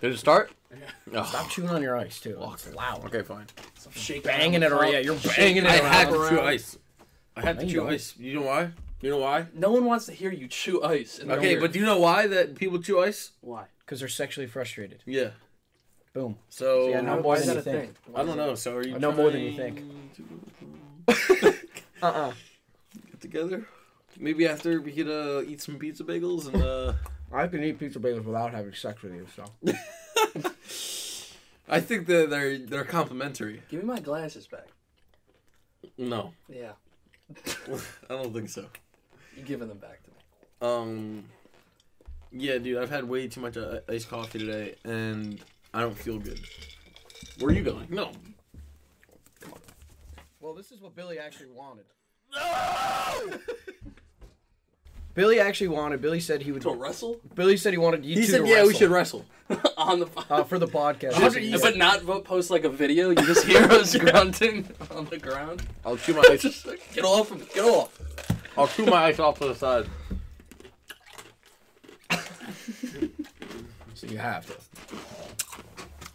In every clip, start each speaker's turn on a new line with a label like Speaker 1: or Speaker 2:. Speaker 1: Did it start?
Speaker 2: Oh.
Speaker 3: Stop chewing on your ice too. It's loud.
Speaker 2: Okay, fine.
Speaker 3: Shake banging it around. Yeah, you're banging it
Speaker 2: I
Speaker 3: around.
Speaker 2: had to chew ice. I had
Speaker 3: No,
Speaker 2: to
Speaker 3: you
Speaker 2: chew
Speaker 3: don't.
Speaker 2: ice. You know why? You know why?
Speaker 1: No one wants to hear you chew ice. In
Speaker 2: Okay, but do you know why that people chew ice?
Speaker 1: why?
Speaker 3: because they're sexually frustrated.
Speaker 2: Yeah.
Speaker 3: Boom.
Speaker 2: So
Speaker 3: Yeah, no
Speaker 1: Why
Speaker 3: more
Speaker 1: is
Speaker 3: than
Speaker 1: that
Speaker 3: you
Speaker 1: a thing?
Speaker 3: think.
Speaker 2: I don't know. So are you?
Speaker 3: No more than you
Speaker 2: trying
Speaker 3: Uh uh
Speaker 2: to Get together. Maybe after we could uh, eat some pizza bagels and uh,
Speaker 4: I can eat pizza bagels without having sex with you, so.
Speaker 2: I think that they're they're complimentary.
Speaker 1: Give me my glasses back.
Speaker 2: No,
Speaker 1: Yeah,
Speaker 2: I don't think so.
Speaker 1: you're giving them back to me.
Speaker 2: Um, yeah, dude, I've had way too much uh, iced coffee today, and I don't feel good. Where are you going? No.
Speaker 4: Well, this is what Billy actually wanted.
Speaker 3: Billy actually wanted. Billy said he would.
Speaker 1: To wrestle
Speaker 3: Billy said he wanted you
Speaker 2: He
Speaker 3: two
Speaker 2: said,
Speaker 3: to
Speaker 2: "Yeah,
Speaker 3: wrestle,
Speaker 2: we should wrestle."
Speaker 1: on the
Speaker 3: uh, for the podcast.
Speaker 1: podcast, but not vo- post like a video. You just hear us grunting on the ground.
Speaker 2: I'll chew my
Speaker 1: It's
Speaker 2: ice.
Speaker 1: just like, get off him! Get off!
Speaker 2: I'll chew my ice off to the side.
Speaker 4: So you have to.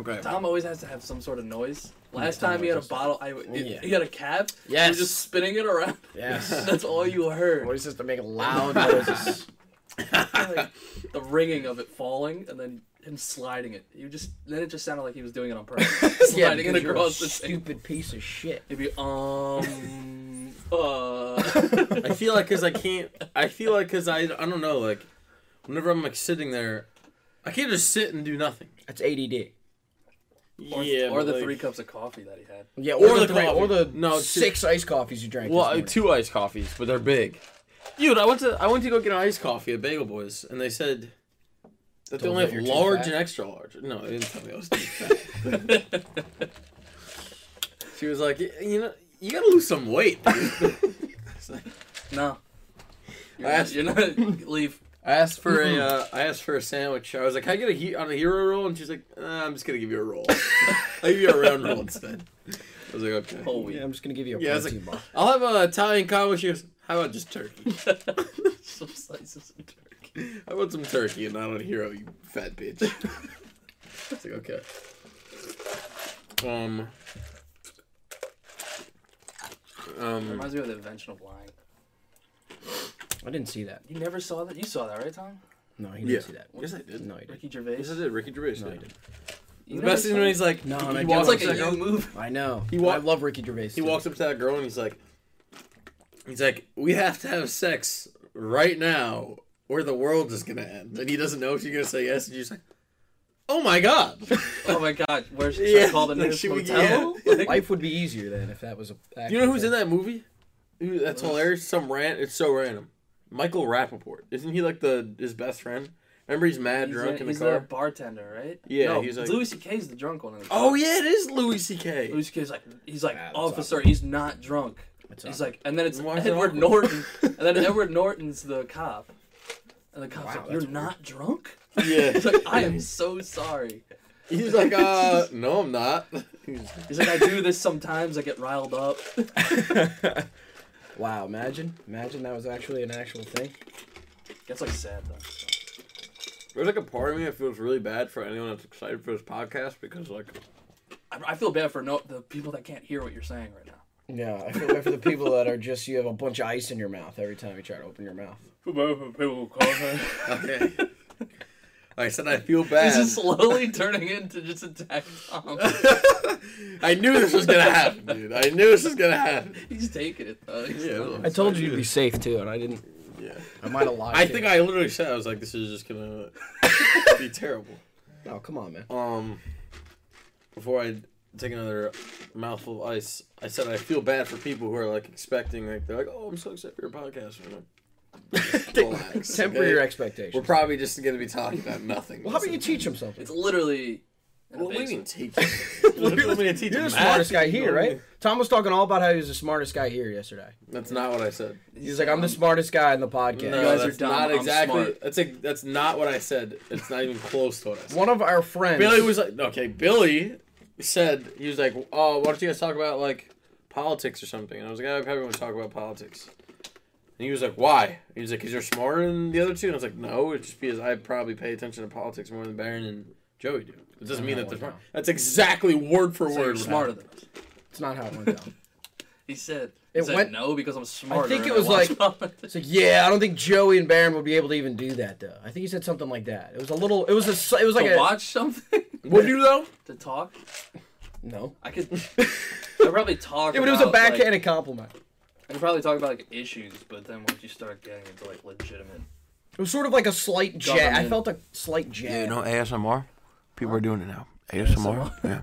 Speaker 2: Okay.
Speaker 1: Tom always has to have some sort of noise. Last time he had a bottle, I w-
Speaker 2: Yeah.
Speaker 1: he had a cap. He
Speaker 3: Yes.
Speaker 1: was just spinning it around.
Speaker 3: Yes.
Speaker 1: That's all you heard.
Speaker 3: Voices to make loud noises.
Speaker 1: like, the ringing of it falling and then him sliding it. You just then it just sounded like he was doing it on purpose.
Speaker 3: yeah,
Speaker 1: sliding
Speaker 3: because
Speaker 1: it
Speaker 3: you're a
Speaker 1: across the stage.
Speaker 3: stupid piece of shit.
Speaker 1: It'd be um uh
Speaker 2: I feel like because I can't. I feel like because I I don't know. Like whenever I'm like sitting there, I can't just sit and do nothing.
Speaker 3: That's ADD.
Speaker 1: or, or the three cups of coffee that he had.
Speaker 3: Yeah,
Speaker 2: Or
Speaker 3: or,
Speaker 2: the
Speaker 3: the, three,
Speaker 2: coffee.
Speaker 3: or the
Speaker 2: No, two-
Speaker 3: six iced coffees you drank.
Speaker 2: Well,
Speaker 3: this
Speaker 2: I-
Speaker 3: morning.
Speaker 2: two iced coffees, but they're big. Dude, I went to I went to go get an iced coffee at Bagel Boys, and they said that they
Speaker 3: Told
Speaker 2: only
Speaker 3: you
Speaker 2: have
Speaker 3: you're too
Speaker 2: large
Speaker 3: fat.
Speaker 2: and extra large. No, they didn't tell me I was too fat. she was like, "Y- you know, you gotta lose some weight. dude."
Speaker 1: No. You're
Speaker 2: I
Speaker 1: not,
Speaker 2: asked-
Speaker 1: you're not leave.
Speaker 2: I asked for a uh, I asked for a sandwich. I was like, "Can I get a he- on a hero roll?" And she's like, uh, "I'm just gonna give you a roll. I'll give you a round roll instead." I was like, "Okay."
Speaker 1: Oh wheat.
Speaker 3: Yeah, I'm just gonna give you a
Speaker 2: Yeah, it's
Speaker 3: protein bar.
Speaker 2: I'll have a Italian combo. She goes, "How about just turkey?
Speaker 1: Some slices of turkey.
Speaker 2: I want some turkey and not a hero, you fat bitch. it's like okay. Um. Um.
Speaker 1: Reminds me of the invention of lying.
Speaker 3: I didn't see that.
Speaker 1: You never saw that? You saw that, right, Tom?
Speaker 3: No, he didn't
Speaker 2: Yeah.
Speaker 3: see that.
Speaker 2: Yes, I did.
Speaker 3: No, he didn't.
Speaker 1: Ricky Gervais.
Speaker 2: Yes, I did. Ricky Gervais.
Speaker 3: No, I
Speaker 2: did.
Speaker 3: didn't.
Speaker 2: The
Speaker 1: You never
Speaker 2: best is
Speaker 1: saw
Speaker 2: when
Speaker 1: that?
Speaker 2: he's like,
Speaker 3: No, and
Speaker 2: he,
Speaker 3: I
Speaker 2: he
Speaker 3: do
Speaker 2: walks
Speaker 1: It's
Speaker 3: wanna
Speaker 2: up
Speaker 1: like
Speaker 2: to
Speaker 1: a
Speaker 2: that
Speaker 3: say,
Speaker 1: you
Speaker 2: girl.
Speaker 1: move.
Speaker 3: I know.
Speaker 2: He wa-
Speaker 3: I love Ricky Gervais.
Speaker 2: He
Speaker 3: too.
Speaker 2: walks up to that girl and he's like, he's like, we have to have sex right now, or the world is gonna end. And he doesn't know if she's gonna say yes. And she's like, oh my god.
Speaker 1: Oh my god, where should
Speaker 2: Yeah,
Speaker 1: I call the
Speaker 2: like,
Speaker 1: nearest
Speaker 2: should we-
Speaker 1: motel?
Speaker 2: yeah.
Speaker 1: Like,
Speaker 3: Life would be easier then if that was a.
Speaker 2: You know who's in that movie? Who- That's hilarious. Some rant. It's so random. Michael Rappaport. Isn't he like the his best friend? Remember he's mad
Speaker 1: He's,
Speaker 2: drunk
Speaker 1: a,
Speaker 2: in the
Speaker 1: he's
Speaker 2: car.
Speaker 1: a bartender, right?
Speaker 2: Yeah,
Speaker 1: no,
Speaker 2: he's like-
Speaker 1: Louis C.K.'s the drunk one. In the car.
Speaker 2: Oh yeah, it is Louis C.K.
Speaker 1: Louis C.K.'s like he's like
Speaker 3: Yeah, that's
Speaker 1: officer. He's not drunk. He's like, and then it's
Speaker 2: Why is it
Speaker 1: Edward
Speaker 2: awkward?
Speaker 1: Norton, and then Edward Norton's the cop, and the cop's
Speaker 3: Wow,
Speaker 1: like,
Speaker 3: that's
Speaker 1: "You're
Speaker 3: weird.
Speaker 1: not drunk."
Speaker 2: Yeah,
Speaker 1: He's like, "I am so sorry."
Speaker 2: he's like, uh, no, I'm not.
Speaker 1: He's like, "I do this sometimes. I get riled up."
Speaker 3: Wow, imagine, imagine that was actually an actual thing.
Speaker 1: That's like sad though.
Speaker 2: There's like a part of me that feels really bad for anyone that's excited for this podcast because like
Speaker 1: I, I feel bad for no the people that can't hear what you're saying right now.
Speaker 3: Yeah, I feel bad for the people that are just you have a bunch of ice in your mouth every time you try to open your mouth.
Speaker 2: okay. I said I feel bad.
Speaker 1: This is slowly turning into just attack Tom.
Speaker 2: I knew this was gonna happen, dude. I knew this was gonna happen.
Speaker 1: He's taking it though. He's
Speaker 2: Yeah,
Speaker 1: not-
Speaker 2: well,
Speaker 3: I told you to be safe too, and I didn't.
Speaker 2: yeah.
Speaker 3: I might have lied.
Speaker 2: I
Speaker 3: to
Speaker 2: think
Speaker 3: you.
Speaker 2: I literally said I was like, this is just gonna be terrible.
Speaker 3: Oh come on, man.
Speaker 2: Um, before I take another mouthful of ice, I said I feel bad for people who are like expecting, like they're like, "Oh, I'm so excited for your podcast." And I'm like, relax.
Speaker 3: Temper
Speaker 2: okay?
Speaker 3: your
Speaker 2: We're
Speaker 3: expectations.
Speaker 2: probably just gonna be talking about nothing.
Speaker 3: Well, how about you teach them something?
Speaker 1: It's literally. in a
Speaker 2: What do you mean
Speaker 1: basement.
Speaker 2: teach? What do you want me to teach
Speaker 3: You're the
Speaker 2: math?
Speaker 3: smartest guy
Speaker 2: You
Speaker 3: here,
Speaker 2: know what I
Speaker 3: right?
Speaker 2: mean?
Speaker 3: Tom was talking all about how he was the smartest guy here yesterday.
Speaker 2: That's not what I said.
Speaker 3: He was like, "I'm the smartest guy in the podcast."
Speaker 2: No,
Speaker 1: guys are
Speaker 2: that's
Speaker 1: dumb,
Speaker 2: not
Speaker 1: I'm
Speaker 2: exactly.
Speaker 1: smart.
Speaker 2: That's a, that's not what I said. It's not even close to what I said.
Speaker 3: One of our friends.
Speaker 2: Billy was like, okay, Billy said, he was like, oh, why don't you guys talk about, like, politics or something? And I was like, I probably want to talk about politics. And he was like, why? He was like, because you're smarter than the other two? And I was like, no, it's just because I probably pay attention to politics more than Barron and Joey do. It doesn't mean
Speaker 4: not
Speaker 2: that they're
Speaker 4: one
Speaker 2: smart.
Speaker 4: now.
Speaker 2: That's exactly word for
Speaker 1: So you're
Speaker 2: word.
Speaker 1: smarter than us.
Speaker 4: It's not how it went down.
Speaker 1: He said. He
Speaker 4: It
Speaker 1: said
Speaker 4: went-
Speaker 1: no because I'm smarter.
Speaker 3: think
Speaker 1: and
Speaker 3: it was
Speaker 1: watch
Speaker 3: like-
Speaker 1: politics."
Speaker 3: It's like, yeah, I don't think Joey and Baron would be able to even do that though. I think he said something like that. It was a little. It was a. s- It was like
Speaker 1: to
Speaker 3: a.
Speaker 1: watch something,
Speaker 2: Would you though?
Speaker 1: to talk.
Speaker 3: No.
Speaker 1: I could. I could probably talk.
Speaker 3: Yeah, but it was a
Speaker 1: about, like-
Speaker 3: backhanded compliment.
Speaker 1: I could probably talk about like issues, but then once you start getting into like legitimate,
Speaker 3: It was sort of like a slight jab. I
Speaker 1: Government.
Speaker 3: felt a slight jab.
Speaker 2: ASMR. People are doing it now. ASMR. Yeah.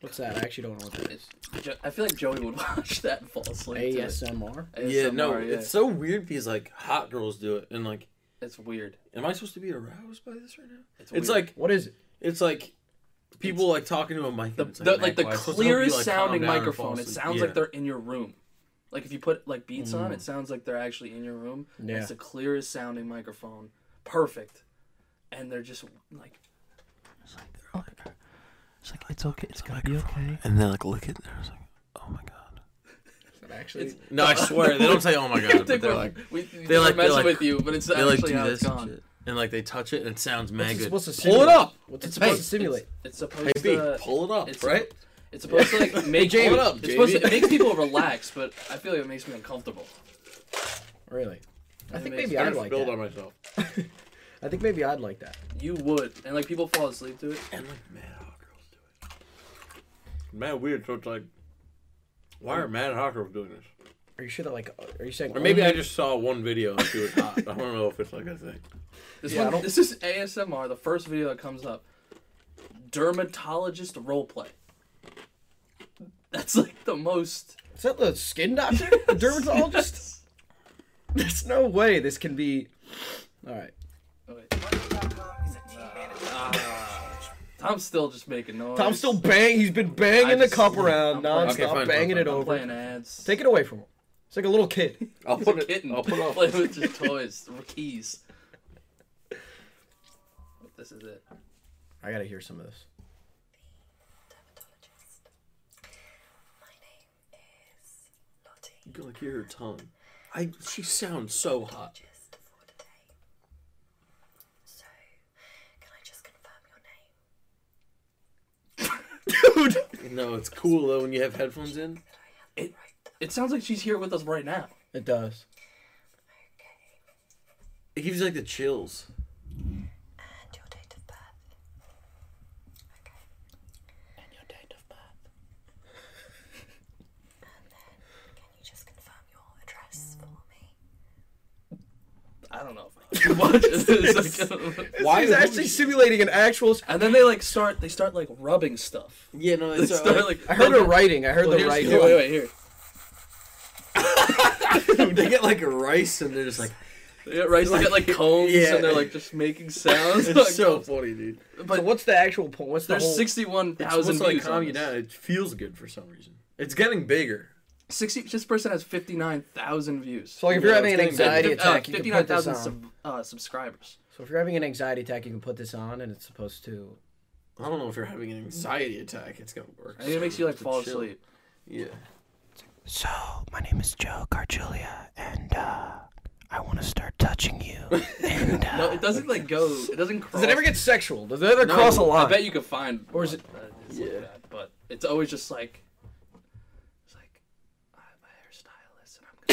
Speaker 3: What's that? I actually don't know what that is.
Speaker 1: Jo- I feel like Joey would watch that and fall asleep. to it.
Speaker 3: ASMR.
Speaker 2: Yeah, no,
Speaker 1: ASMR, yeah.
Speaker 2: it's so weird because like hot girls do it, and like,
Speaker 1: it's weird.
Speaker 2: am I supposed to be aroused by this right now? It's,
Speaker 1: weird.
Speaker 2: like
Speaker 3: What is it?
Speaker 2: it's like people like talking to a mic.
Speaker 1: the,
Speaker 2: and it's
Speaker 1: the-
Speaker 2: an
Speaker 1: like the
Speaker 2: act wise. It's supposed to help you,
Speaker 1: clearest
Speaker 2: like, calm
Speaker 1: sounding
Speaker 2: down and fall
Speaker 1: microphone. It
Speaker 2: asleep.
Speaker 1: sounds
Speaker 2: Yeah.
Speaker 1: like they're in your room. Like if you put like beats on, it sounds like they're actually in your room. and
Speaker 3: Yeah.
Speaker 1: It's the clearest sounding microphone, perfect, and they're just like
Speaker 5: It's like they're like, Oh it's like it's okay, it's gonna be okay. And then like look at, and I was like, oh my god.
Speaker 3: Actually,
Speaker 2: No, I swear they don't say "oh my god," but
Speaker 1: Think
Speaker 2: they're
Speaker 1: we're-
Speaker 2: like
Speaker 1: we, we
Speaker 2: they
Speaker 1: we're
Speaker 2: like- they
Speaker 1: messing
Speaker 2: like-
Speaker 1: with you, but it's
Speaker 2: they like
Speaker 1: actually
Speaker 2: do
Speaker 1: how
Speaker 2: this
Speaker 1: it's
Speaker 2: and
Speaker 1: gone.
Speaker 2: shit, and like they touch it and it sounds mad
Speaker 3: it's
Speaker 2: good.
Speaker 3: supposed to
Speaker 2: Pull it
Speaker 3: simulate?
Speaker 2: up.
Speaker 3: What's it
Speaker 1: It's
Speaker 3: supposed
Speaker 1: supposed
Speaker 3: to simulate?
Speaker 1: It's, it's supposed
Speaker 2: Hey, B,
Speaker 1: to.
Speaker 2: pull it up,
Speaker 1: it's-
Speaker 2: right?
Speaker 1: It's supposed to like make
Speaker 2: Jamie.
Speaker 1: Hold
Speaker 2: Up,
Speaker 1: It's supposed to,
Speaker 2: Jamie.
Speaker 1: it makes people relax, but I feel like it makes me uncomfortable.
Speaker 3: Really? I
Speaker 1: It
Speaker 3: think
Speaker 1: makes
Speaker 3: maybe
Speaker 1: sense.
Speaker 3: I'd
Speaker 2: I'm
Speaker 3: like
Speaker 2: build on
Speaker 3: that.
Speaker 2: myself.
Speaker 3: I think maybe I'd like that.
Speaker 1: You would, and like people fall asleep to it.
Speaker 2: And like mad hot girls do it. Mad weird. So it's like, why are mad hot girls doing this?
Speaker 3: Are you sure that like? Are you saying?
Speaker 2: Or maybe I
Speaker 3: only-
Speaker 2: just saw one video and she was hot. I don't know if it's like a thing.
Speaker 1: This
Speaker 3: Yeah, I
Speaker 1: one,
Speaker 3: don't-
Speaker 1: this is ASMR. The first video that comes up, dermatologist roleplay. That's like the most.
Speaker 3: Is that the skin doctor? The dermatologist? There's no way this can be. All right.
Speaker 1: Okay. Oh, Ah. Tom's still just making noise.
Speaker 3: Tom's still bang. He's been banging
Speaker 1: I
Speaker 3: the
Speaker 1: just-
Speaker 3: cup around
Speaker 1: I'm playing-
Speaker 3: nonstop,
Speaker 2: Okay, fine, fine,
Speaker 3: banging it
Speaker 2: fine.
Speaker 1: I'm
Speaker 3: over.
Speaker 1: playing ads.
Speaker 3: Take it away from him. It's like a little kid.
Speaker 2: I'll
Speaker 1: He's a
Speaker 2: put it.
Speaker 1: kitten.
Speaker 2: I'll put it
Speaker 1: Play
Speaker 2: off.
Speaker 1: with his toys, or keys. But this is it.
Speaker 3: I gotta hear some of this.
Speaker 6: dermatologist. My name is Lottie.
Speaker 2: You can like hear her tongue. I. She sounds so hot.
Speaker 6: Just for today. So, can I just confirm your name?
Speaker 2: No, it's cool though when you have headphones in.
Speaker 1: It sounds like she's here with us right now.
Speaker 3: It does.
Speaker 2: It gives you like the chills.
Speaker 6: And your date of birth. Okay. And your date of birth. and then, can you just confirm your address for me?
Speaker 1: I don't know if I can watch this. It's like-
Speaker 2: Why
Speaker 3: He's
Speaker 2: would
Speaker 3: actually
Speaker 2: you-
Speaker 3: simulating an actual. s-
Speaker 1: and then they like start. They start like rubbing stuff.
Speaker 2: Yeah, no,
Speaker 1: They
Speaker 2: it's
Speaker 1: start,
Speaker 2: like,
Speaker 1: like,
Speaker 3: I heard
Speaker 1: they-
Speaker 3: her writing. I heard the
Speaker 1: Well, here's-
Speaker 3: writing.
Speaker 1: here, wait, wait, here.
Speaker 2: they get like rice and they're just like.
Speaker 1: They get rice. They get like combs,
Speaker 2: yeah.
Speaker 1: and they're like just making sounds. Like,
Speaker 2: It's so funny, dude.
Speaker 3: So what's the actual point? What's the
Speaker 1: there's
Speaker 3: whole?
Speaker 1: sixty-one
Speaker 2: It's supposed
Speaker 1: thousand
Speaker 2: to like
Speaker 1: views.
Speaker 2: calm you
Speaker 1: on
Speaker 2: down.
Speaker 1: this.
Speaker 2: It feels good for some reason. It's getting bigger.
Speaker 1: Sixty. This person has fifty-nine thousand views.
Speaker 3: so like if
Speaker 2: Yeah,
Speaker 3: you're having an
Speaker 2: it's getting
Speaker 3: anxiety
Speaker 1: Fif- uh,
Speaker 3: attack, you can
Speaker 1: fifty-nine
Speaker 3: put this
Speaker 1: thousand
Speaker 3: on.
Speaker 1: sub, uh, subscribers.
Speaker 3: So if you're having an anxiety attack, you can put this on, and it's supposed to.
Speaker 2: I don't know if you're having an anxiety attack. It's gonna work.
Speaker 1: I think it makes you like
Speaker 2: It's a
Speaker 1: fall
Speaker 2: chill.
Speaker 1: asleep.
Speaker 2: Yeah.
Speaker 5: So my name is Joe Carjulia, and uh, I want to start touching you. and uh,
Speaker 1: No, it doesn't like go. It doesn't. Cross.
Speaker 3: Does it ever get sexual? Does it ever cross a line?
Speaker 1: I bet you could find.
Speaker 3: Or is
Speaker 1: one
Speaker 3: it-
Speaker 1: that is
Speaker 2: Yeah.
Speaker 1: Like that, but it's always just like. It's like, I'm a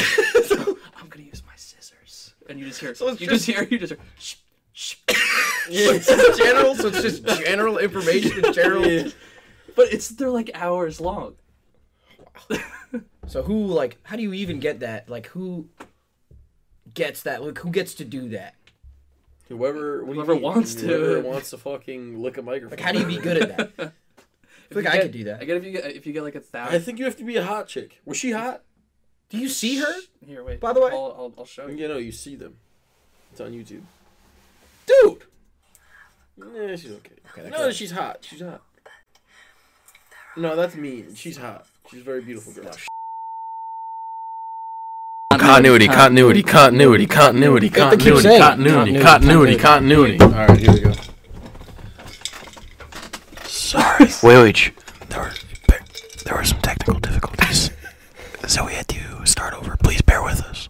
Speaker 1: hairstylist, and I'm gonna, I'm gonna use my scissors, and you just hear.
Speaker 3: So it's
Speaker 1: you just, hear. You just hear. Shh, shh.
Speaker 3: It's general, so it's just general information. in General.
Speaker 1: But it's they're like hours long.
Speaker 3: So who like how do you even get that? Like who gets that? Like who gets to do that?
Speaker 2: Whoever, what do you
Speaker 1: Whoever
Speaker 2: mean?
Speaker 1: wants to.
Speaker 2: Whoever wants to fucking lick a microphone.
Speaker 3: Like how do you be good at that? I feel like
Speaker 1: You
Speaker 3: I
Speaker 1: get-
Speaker 3: could do that.
Speaker 1: I get if you get if you get like a
Speaker 2: I
Speaker 1: thousand.
Speaker 2: think you have to be a hot chick. Was she hot?
Speaker 3: Do you see her?
Speaker 1: Here, wait.
Speaker 3: By the way-
Speaker 1: I'll, I'll, I'll show you.
Speaker 2: You know, you see them. It's on YouTube.
Speaker 3: Dude!
Speaker 2: Yeah, she's okay. no, she's hot. She's hot. No, that's mean. She's hot. She's a very beautiful girl. Continuity, continuity, continuity, continuity,
Speaker 3: Got the keep
Speaker 2: continuity, continuity,
Speaker 3: saying.
Speaker 2: continuity,
Speaker 3: Continuity,
Speaker 2: continuity. All right, here we go.
Speaker 5: sorry, wait, wait. shh. There were there were some technical difficulties, so we had to start over. Please bear with us.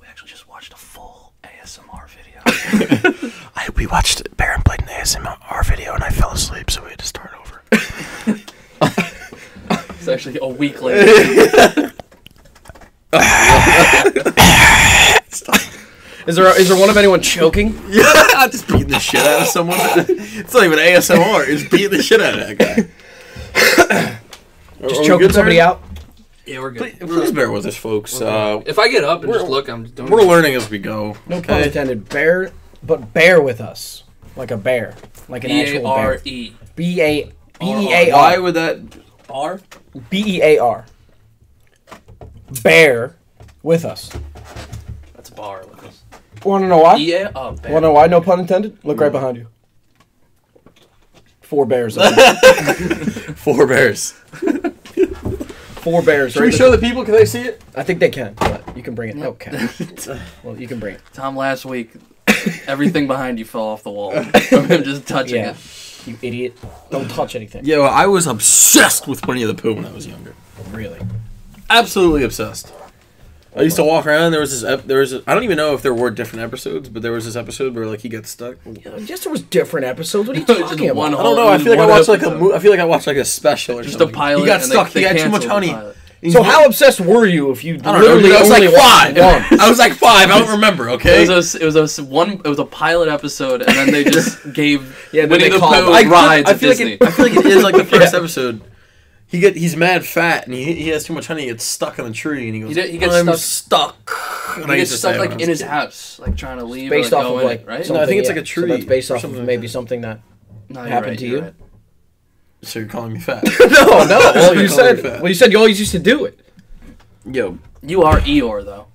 Speaker 1: We actually just watched a full ASMR video.
Speaker 5: I we watched Baron played an ASMR video and I fell asleep, so we had to start over.
Speaker 1: It's actually a week later.
Speaker 3: Is there is there one of anyone choking?
Speaker 2: Yeah, I just beating the shit out of someone. it's not even ASMR. It's beating the shit out of that guy.
Speaker 3: Just choking somebody out?
Speaker 1: yeah, we're good.
Speaker 2: Please, please bear with us, folks. Uh,
Speaker 1: If I get up and just look, I'm doing.
Speaker 2: we're learning as we go.
Speaker 3: No pun intended. Bear, but bear with us, like a bear, like an
Speaker 1: B A
Speaker 3: actual bear.
Speaker 1: R E
Speaker 3: B a b e a
Speaker 2: Why
Speaker 3: r
Speaker 2: would that?
Speaker 1: R.
Speaker 3: b e a r. E Bear with us.
Speaker 1: That's a bar with us.
Speaker 3: Want to know why?
Speaker 1: E A. Oh,
Speaker 3: Want to
Speaker 1: bear.
Speaker 3: know why? No pun intended. Look right behind you. Four bears. up.
Speaker 2: Four bears.
Speaker 3: Four bears.
Speaker 2: Should we
Speaker 3: Right
Speaker 2: show the people? Can they see it?
Speaker 3: I think they can. But you can bring it. Okay. Well, you can bring it.
Speaker 1: Tom last week. Everything behind you fell off the wall from him just touching
Speaker 3: Yeah.
Speaker 1: it.
Speaker 3: You idiot. Don't touch anything.
Speaker 2: Yeah, well, I was obsessed with Winnie the Pooh when I was younger.
Speaker 3: Really.
Speaker 2: Absolutely obsessed. I used to walk around. There was this. Ep- there was. I I don't even know if there were different episodes, but there was this episode where like he got stuck.
Speaker 3: Yes, there was different episodes. What are you
Speaker 1: Just
Speaker 3: talking about?
Speaker 1: one
Speaker 2: I don't know. I feel like I watched like a. Mo- I feel like I watched like a special or
Speaker 1: Just a
Speaker 2: something.
Speaker 1: pilot.
Speaker 2: He got
Speaker 1: and
Speaker 2: stuck.
Speaker 1: They,
Speaker 2: he
Speaker 1: they
Speaker 2: had too much
Speaker 1: canceled the
Speaker 2: honey.
Speaker 1: pilot.
Speaker 3: So how obsessed were you if you
Speaker 2: I don't know.
Speaker 3: literally
Speaker 2: I was
Speaker 3: only
Speaker 2: like
Speaker 3: watched
Speaker 2: five.
Speaker 3: one?
Speaker 2: I was like five. I don't remember.
Speaker 1: It
Speaker 2: Okay.
Speaker 1: was a, s- it was a s- one. It was a pilot episode, and then they just gave
Speaker 3: Yeah, then
Speaker 1: Winnie
Speaker 3: they
Speaker 1: the
Speaker 3: called-
Speaker 1: Pooh
Speaker 3: I
Speaker 1: I,
Speaker 2: could-
Speaker 1: Oh, rides
Speaker 2: I
Speaker 1: at
Speaker 2: feel like
Speaker 1: Disney.
Speaker 2: it, I feel like it is like the first episode. He get he's mad fat and he, he has too much honey. He gets stuck on a tree and he goes.
Speaker 1: He did- he gets
Speaker 2: I'm
Speaker 1: stuck.
Speaker 2: And
Speaker 1: He
Speaker 2: I
Speaker 1: gets
Speaker 2: used to say "Oh,
Speaker 1: stuck
Speaker 2: it when I
Speaker 1: like
Speaker 2: was
Speaker 1: in
Speaker 2: a
Speaker 1: his
Speaker 2: kid.
Speaker 1: house, like trying to leave.
Speaker 3: based
Speaker 1: or,
Speaker 3: off
Speaker 1: like, go
Speaker 3: of
Speaker 1: in
Speaker 3: like
Speaker 1: it, right?
Speaker 2: No, I
Speaker 3: something,
Speaker 2: think it's
Speaker 3: yeah.
Speaker 2: like a
Speaker 3: So that's
Speaker 2: tree
Speaker 3: based
Speaker 2: or
Speaker 3: off of
Speaker 2: something like
Speaker 3: maybe
Speaker 2: that.
Speaker 3: something that.
Speaker 1: No, you're
Speaker 3: happened
Speaker 1: right,
Speaker 3: to
Speaker 1: you're
Speaker 3: you?
Speaker 1: right.
Speaker 2: So you're calling me fat?
Speaker 3: No, no. Well, you
Speaker 2: You're
Speaker 3: said.
Speaker 2: fat.
Speaker 3: Well, you said you always used to do it.
Speaker 2: Yo,
Speaker 1: You are Eeyore though.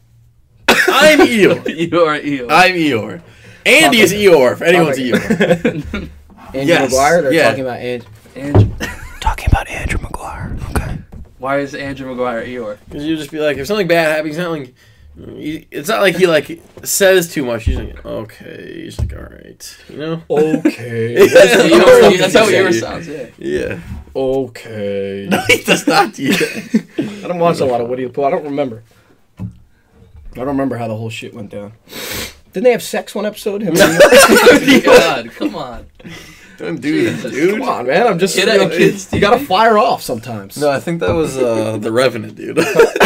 Speaker 2: I'm Eeyore.
Speaker 1: You are Eeyore.
Speaker 2: I'm Eeyore. Andy is Eeyore. If anyone's Eeyore.
Speaker 3: Andrew
Speaker 2: Yes,
Speaker 3: McGuire. They're
Speaker 2: yeah.
Speaker 3: talking about and
Speaker 1: Andrew,
Speaker 5: Talking about Andrew McGuire. Okay.
Speaker 1: why is Andrew McGuire Eeyore?
Speaker 2: Because you just be like, if something bad happens, it's not like. It's not like he like says too much. He's like, okay. He's like, all right, you know.
Speaker 3: Okay.
Speaker 1: Eeyore that's how
Speaker 2: Yeah.
Speaker 1: Eeyore sounds. Yeah.
Speaker 2: Yeah.
Speaker 3: okay.
Speaker 2: No, he does not do that.
Speaker 3: I don't watch a lot of Woody the Pooh. I don't remember. I don't remember how the whole shit went down. Didn't they have sex one episode? Him and-
Speaker 1: Oh God, come on.
Speaker 2: Don't do that,
Speaker 1: Jesus.
Speaker 2: dude.
Speaker 3: Come on, man. I'm just.
Speaker 1: Get
Speaker 3: you,
Speaker 1: out
Speaker 3: know,
Speaker 1: of kids'
Speaker 3: you gotta fire off sometimes.
Speaker 2: No, I think that was uh, the Revenant, dude.
Speaker 1: I think
Speaker 3: Yeah,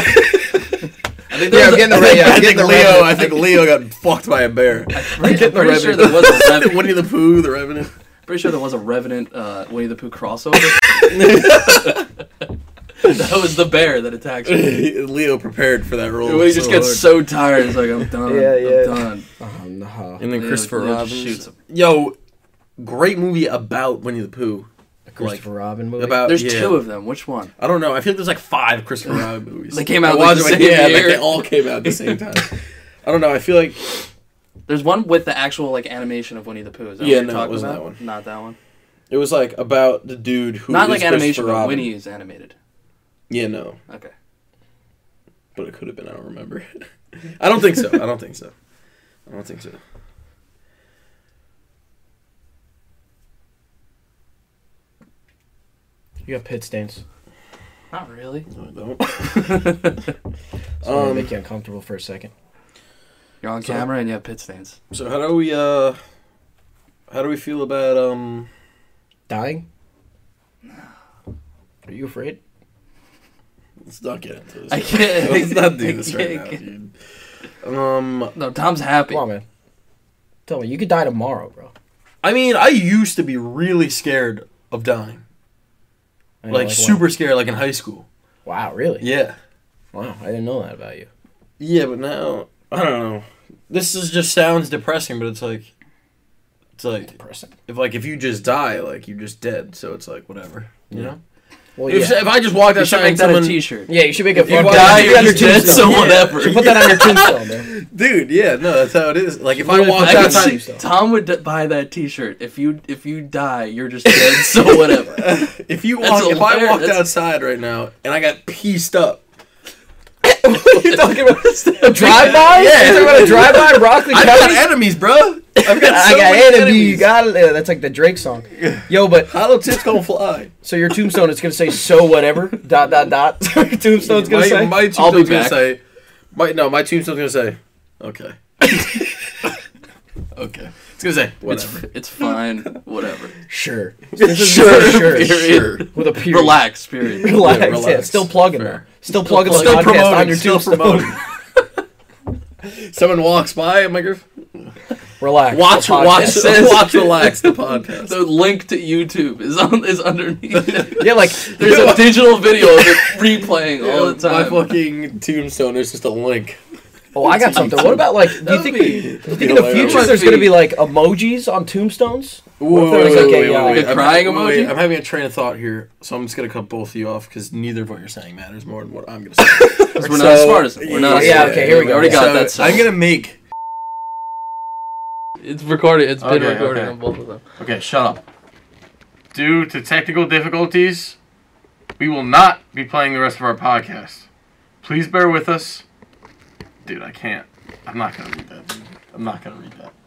Speaker 1: there
Speaker 3: I'm
Speaker 1: was
Speaker 3: getting
Speaker 1: a-
Speaker 3: the right.
Speaker 2: I
Speaker 3: Yeah, I'm
Speaker 2: think
Speaker 3: getting the
Speaker 2: Leo.
Speaker 3: right.
Speaker 2: I think Leo got fucked by a bear.
Speaker 1: I'm
Speaker 3: getting the
Speaker 1: pretty sure there
Speaker 3: Revenant.
Speaker 1: was a Revenant.
Speaker 2: Winnie the Pooh, the Revenant.
Speaker 1: Pretty sure there was a Revenant uh, Winnie the Pooh crossover. that was the bear that attacks me.
Speaker 2: Leo prepared for that role.
Speaker 1: When he just
Speaker 2: so
Speaker 1: gets
Speaker 2: hard.
Speaker 1: so tired, he's like, I'm done.
Speaker 3: Yeah, yeah.
Speaker 1: I'm done.
Speaker 3: Oh, no.
Speaker 2: And then
Speaker 1: Leo-
Speaker 2: Christopher
Speaker 1: Leo
Speaker 2: Robin
Speaker 1: just shoots him.
Speaker 2: Yo, great movie about Winnie the Pooh.
Speaker 3: Christopher Robin movie.
Speaker 2: About
Speaker 1: There's
Speaker 2: yeah.
Speaker 1: two of them. Which one?
Speaker 2: I don't know. I feel like there's like five Christopher Robin movies.
Speaker 1: They came out,
Speaker 2: I
Speaker 1: like,
Speaker 2: watched
Speaker 1: the
Speaker 2: them,
Speaker 1: same
Speaker 2: yeah,
Speaker 1: year.
Speaker 2: Like, they all came out at the same time. I don't know. I feel like
Speaker 1: There's one with the actual like animation of Winnie the Pooh. Is that
Speaker 2: Yeah,
Speaker 1: what you're
Speaker 2: no, it
Speaker 1: talking
Speaker 2: wasn't
Speaker 1: about?
Speaker 2: that one.
Speaker 1: Not that one.
Speaker 2: it was like about the dude who
Speaker 1: Not
Speaker 2: is
Speaker 1: like animation,
Speaker 2: Christopher
Speaker 1: but
Speaker 2: Robin.
Speaker 1: Winnie is animated.
Speaker 2: Yeah, no,
Speaker 1: Okay.
Speaker 2: but it could have been. I don't remember. I don't think so. I don't think so. I don't think so.
Speaker 3: You got pit stains.
Speaker 1: Not really.
Speaker 2: No, I don't.
Speaker 3: Sorry,
Speaker 2: Um,
Speaker 3: make you uncomfortable for a second.
Speaker 1: You're on
Speaker 2: So-
Speaker 1: camera and you have pit stains.
Speaker 2: So how do we uh how do we feel about um
Speaker 3: Dying? Are you afraid?
Speaker 2: let's not get into this.
Speaker 1: I can't-
Speaker 2: let's not do this
Speaker 1: I
Speaker 2: right now,
Speaker 1: can't-
Speaker 2: dude. Um
Speaker 1: No, Tom's happy.
Speaker 3: Come on, man. Tell me, you could die tomorrow, bro.
Speaker 2: I mean I used to be really scared of dying.
Speaker 3: I know,
Speaker 2: Like
Speaker 3: what?
Speaker 2: super scared, like in high school.
Speaker 3: Wow, really?
Speaker 2: Yeah.
Speaker 3: Wow, I didn't know that about you.
Speaker 2: Yeah, but now I don't know. This is just sounds depressing, but it's like it's like
Speaker 3: Person.
Speaker 2: if like if you just die, like you're just dead, so it's like whatever. You know?
Speaker 3: Well,
Speaker 2: If,
Speaker 3: yeah.
Speaker 2: if I just walked
Speaker 1: You should
Speaker 2: outside
Speaker 1: make
Speaker 2: and
Speaker 1: that
Speaker 2: someone
Speaker 1: a T-shirt.
Speaker 3: yeah, you should make a
Speaker 2: you
Speaker 3: fucking.
Speaker 2: die,
Speaker 3: should
Speaker 2: you're
Speaker 3: put that on
Speaker 2: just dead,
Speaker 3: tombstone.
Speaker 2: so
Speaker 3: Yeah,
Speaker 2: whatever.
Speaker 3: you should put that on your tombstone, man.
Speaker 2: Dude, yeah, no, that's how it is. Like if I
Speaker 3: Literally
Speaker 2: walked
Speaker 1: I
Speaker 3: fucking
Speaker 1: can
Speaker 2: outside
Speaker 1: see
Speaker 3: Sometimes, though.
Speaker 1: Tom would d- buy that T-shirt. If you if you die, you're just dead. so whatever.
Speaker 2: If you
Speaker 1: That's
Speaker 2: walk,
Speaker 1: a
Speaker 2: if I
Speaker 1: lar-
Speaker 2: walked
Speaker 1: that's-
Speaker 2: outside right now and I got pieced up,
Speaker 3: what are you talking about? A drive by? Yeah. You talking about a drive by? Rockley
Speaker 2: I've got
Speaker 3: County?
Speaker 2: enemies, bro. I've got
Speaker 3: I
Speaker 2: so
Speaker 3: got
Speaker 2: many
Speaker 3: enemies. You got it. That's like the Drake song. Yo, but
Speaker 2: Hollow tips gonna fly.
Speaker 3: so your tombstone it's gonna say so whatever dot dot dot. So your tombstone's gonna
Speaker 2: my,
Speaker 3: say.
Speaker 2: my tombstone's
Speaker 1: I'll be
Speaker 2: gonna
Speaker 1: back.
Speaker 2: say, my no, my tombstone's gonna say, okay, okay. It's gonna say
Speaker 1: It's,
Speaker 2: whatever.
Speaker 1: it's fine. Whatever.
Speaker 3: Sure. This is sure. Sure.
Speaker 1: Period.
Speaker 3: With a period.
Speaker 1: Relax. Period.
Speaker 3: Relax.
Speaker 2: Yeah,
Speaker 3: Yeah,
Speaker 2: relax.
Speaker 3: Still plugging
Speaker 2: Fair.
Speaker 3: her. Still plugging the podcast on your
Speaker 2: still
Speaker 3: tombstone.
Speaker 2: promoting. Someone walks by, I'm like,
Speaker 3: Relax.
Speaker 2: watch,
Speaker 3: the podcast.
Speaker 2: watch,
Speaker 1: says-
Speaker 2: watch, relax the podcast.
Speaker 1: The link to YouTube is on is underneath.
Speaker 3: Yeah, like
Speaker 1: There's a digital video of it replaying all the
Speaker 2: My
Speaker 1: time.
Speaker 2: fucking tombstone is just a link.
Speaker 3: oh, I got something. What about like? Do you
Speaker 1: That'd
Speaker 3: think,
Speaker 1: be-
Speaker 3: do you think in the future
Speaker 1: Must
Speaker 3: there's gonna
Speaker 1: be.
Speaker 3: be like emojis on tombstones?
Speaker 2: Whoa,
Speaker 3: What if there's, like, a, uh,
Speaker 1: like a crying
Speaker 2: I'm,
Speaker 1: emoji?
Speaker 2: I'm having a train of thought here, so I'm just gonna cut both of you off because neither of what you're saying matters more than what I'm gonna say.
Speaker 1: Because we're not as
Speaker 3: So-
Speaker 1: smart as them. We're not. as
Speaker 3: Yeah,
Speaker 1: smart.
Speaker 3: okay, here we go.
Speaker 1: already got
Speaker 2: So,
Speaker 1: that. So
Speaker 2: I'm gonna make.
Speaker 1: It's recorded. It's been
Speaker 2: Okay,
Speaker 1: recorded
Speaker 2: okay.
Speaker 1: on both of them.
Speaker 2: Okay, shut up. Due to technical difficulties, we will not be playing the rest of our podcast. Please bear with us. Dude, I can't. I'm not gonna read that. I'm not gonna read that.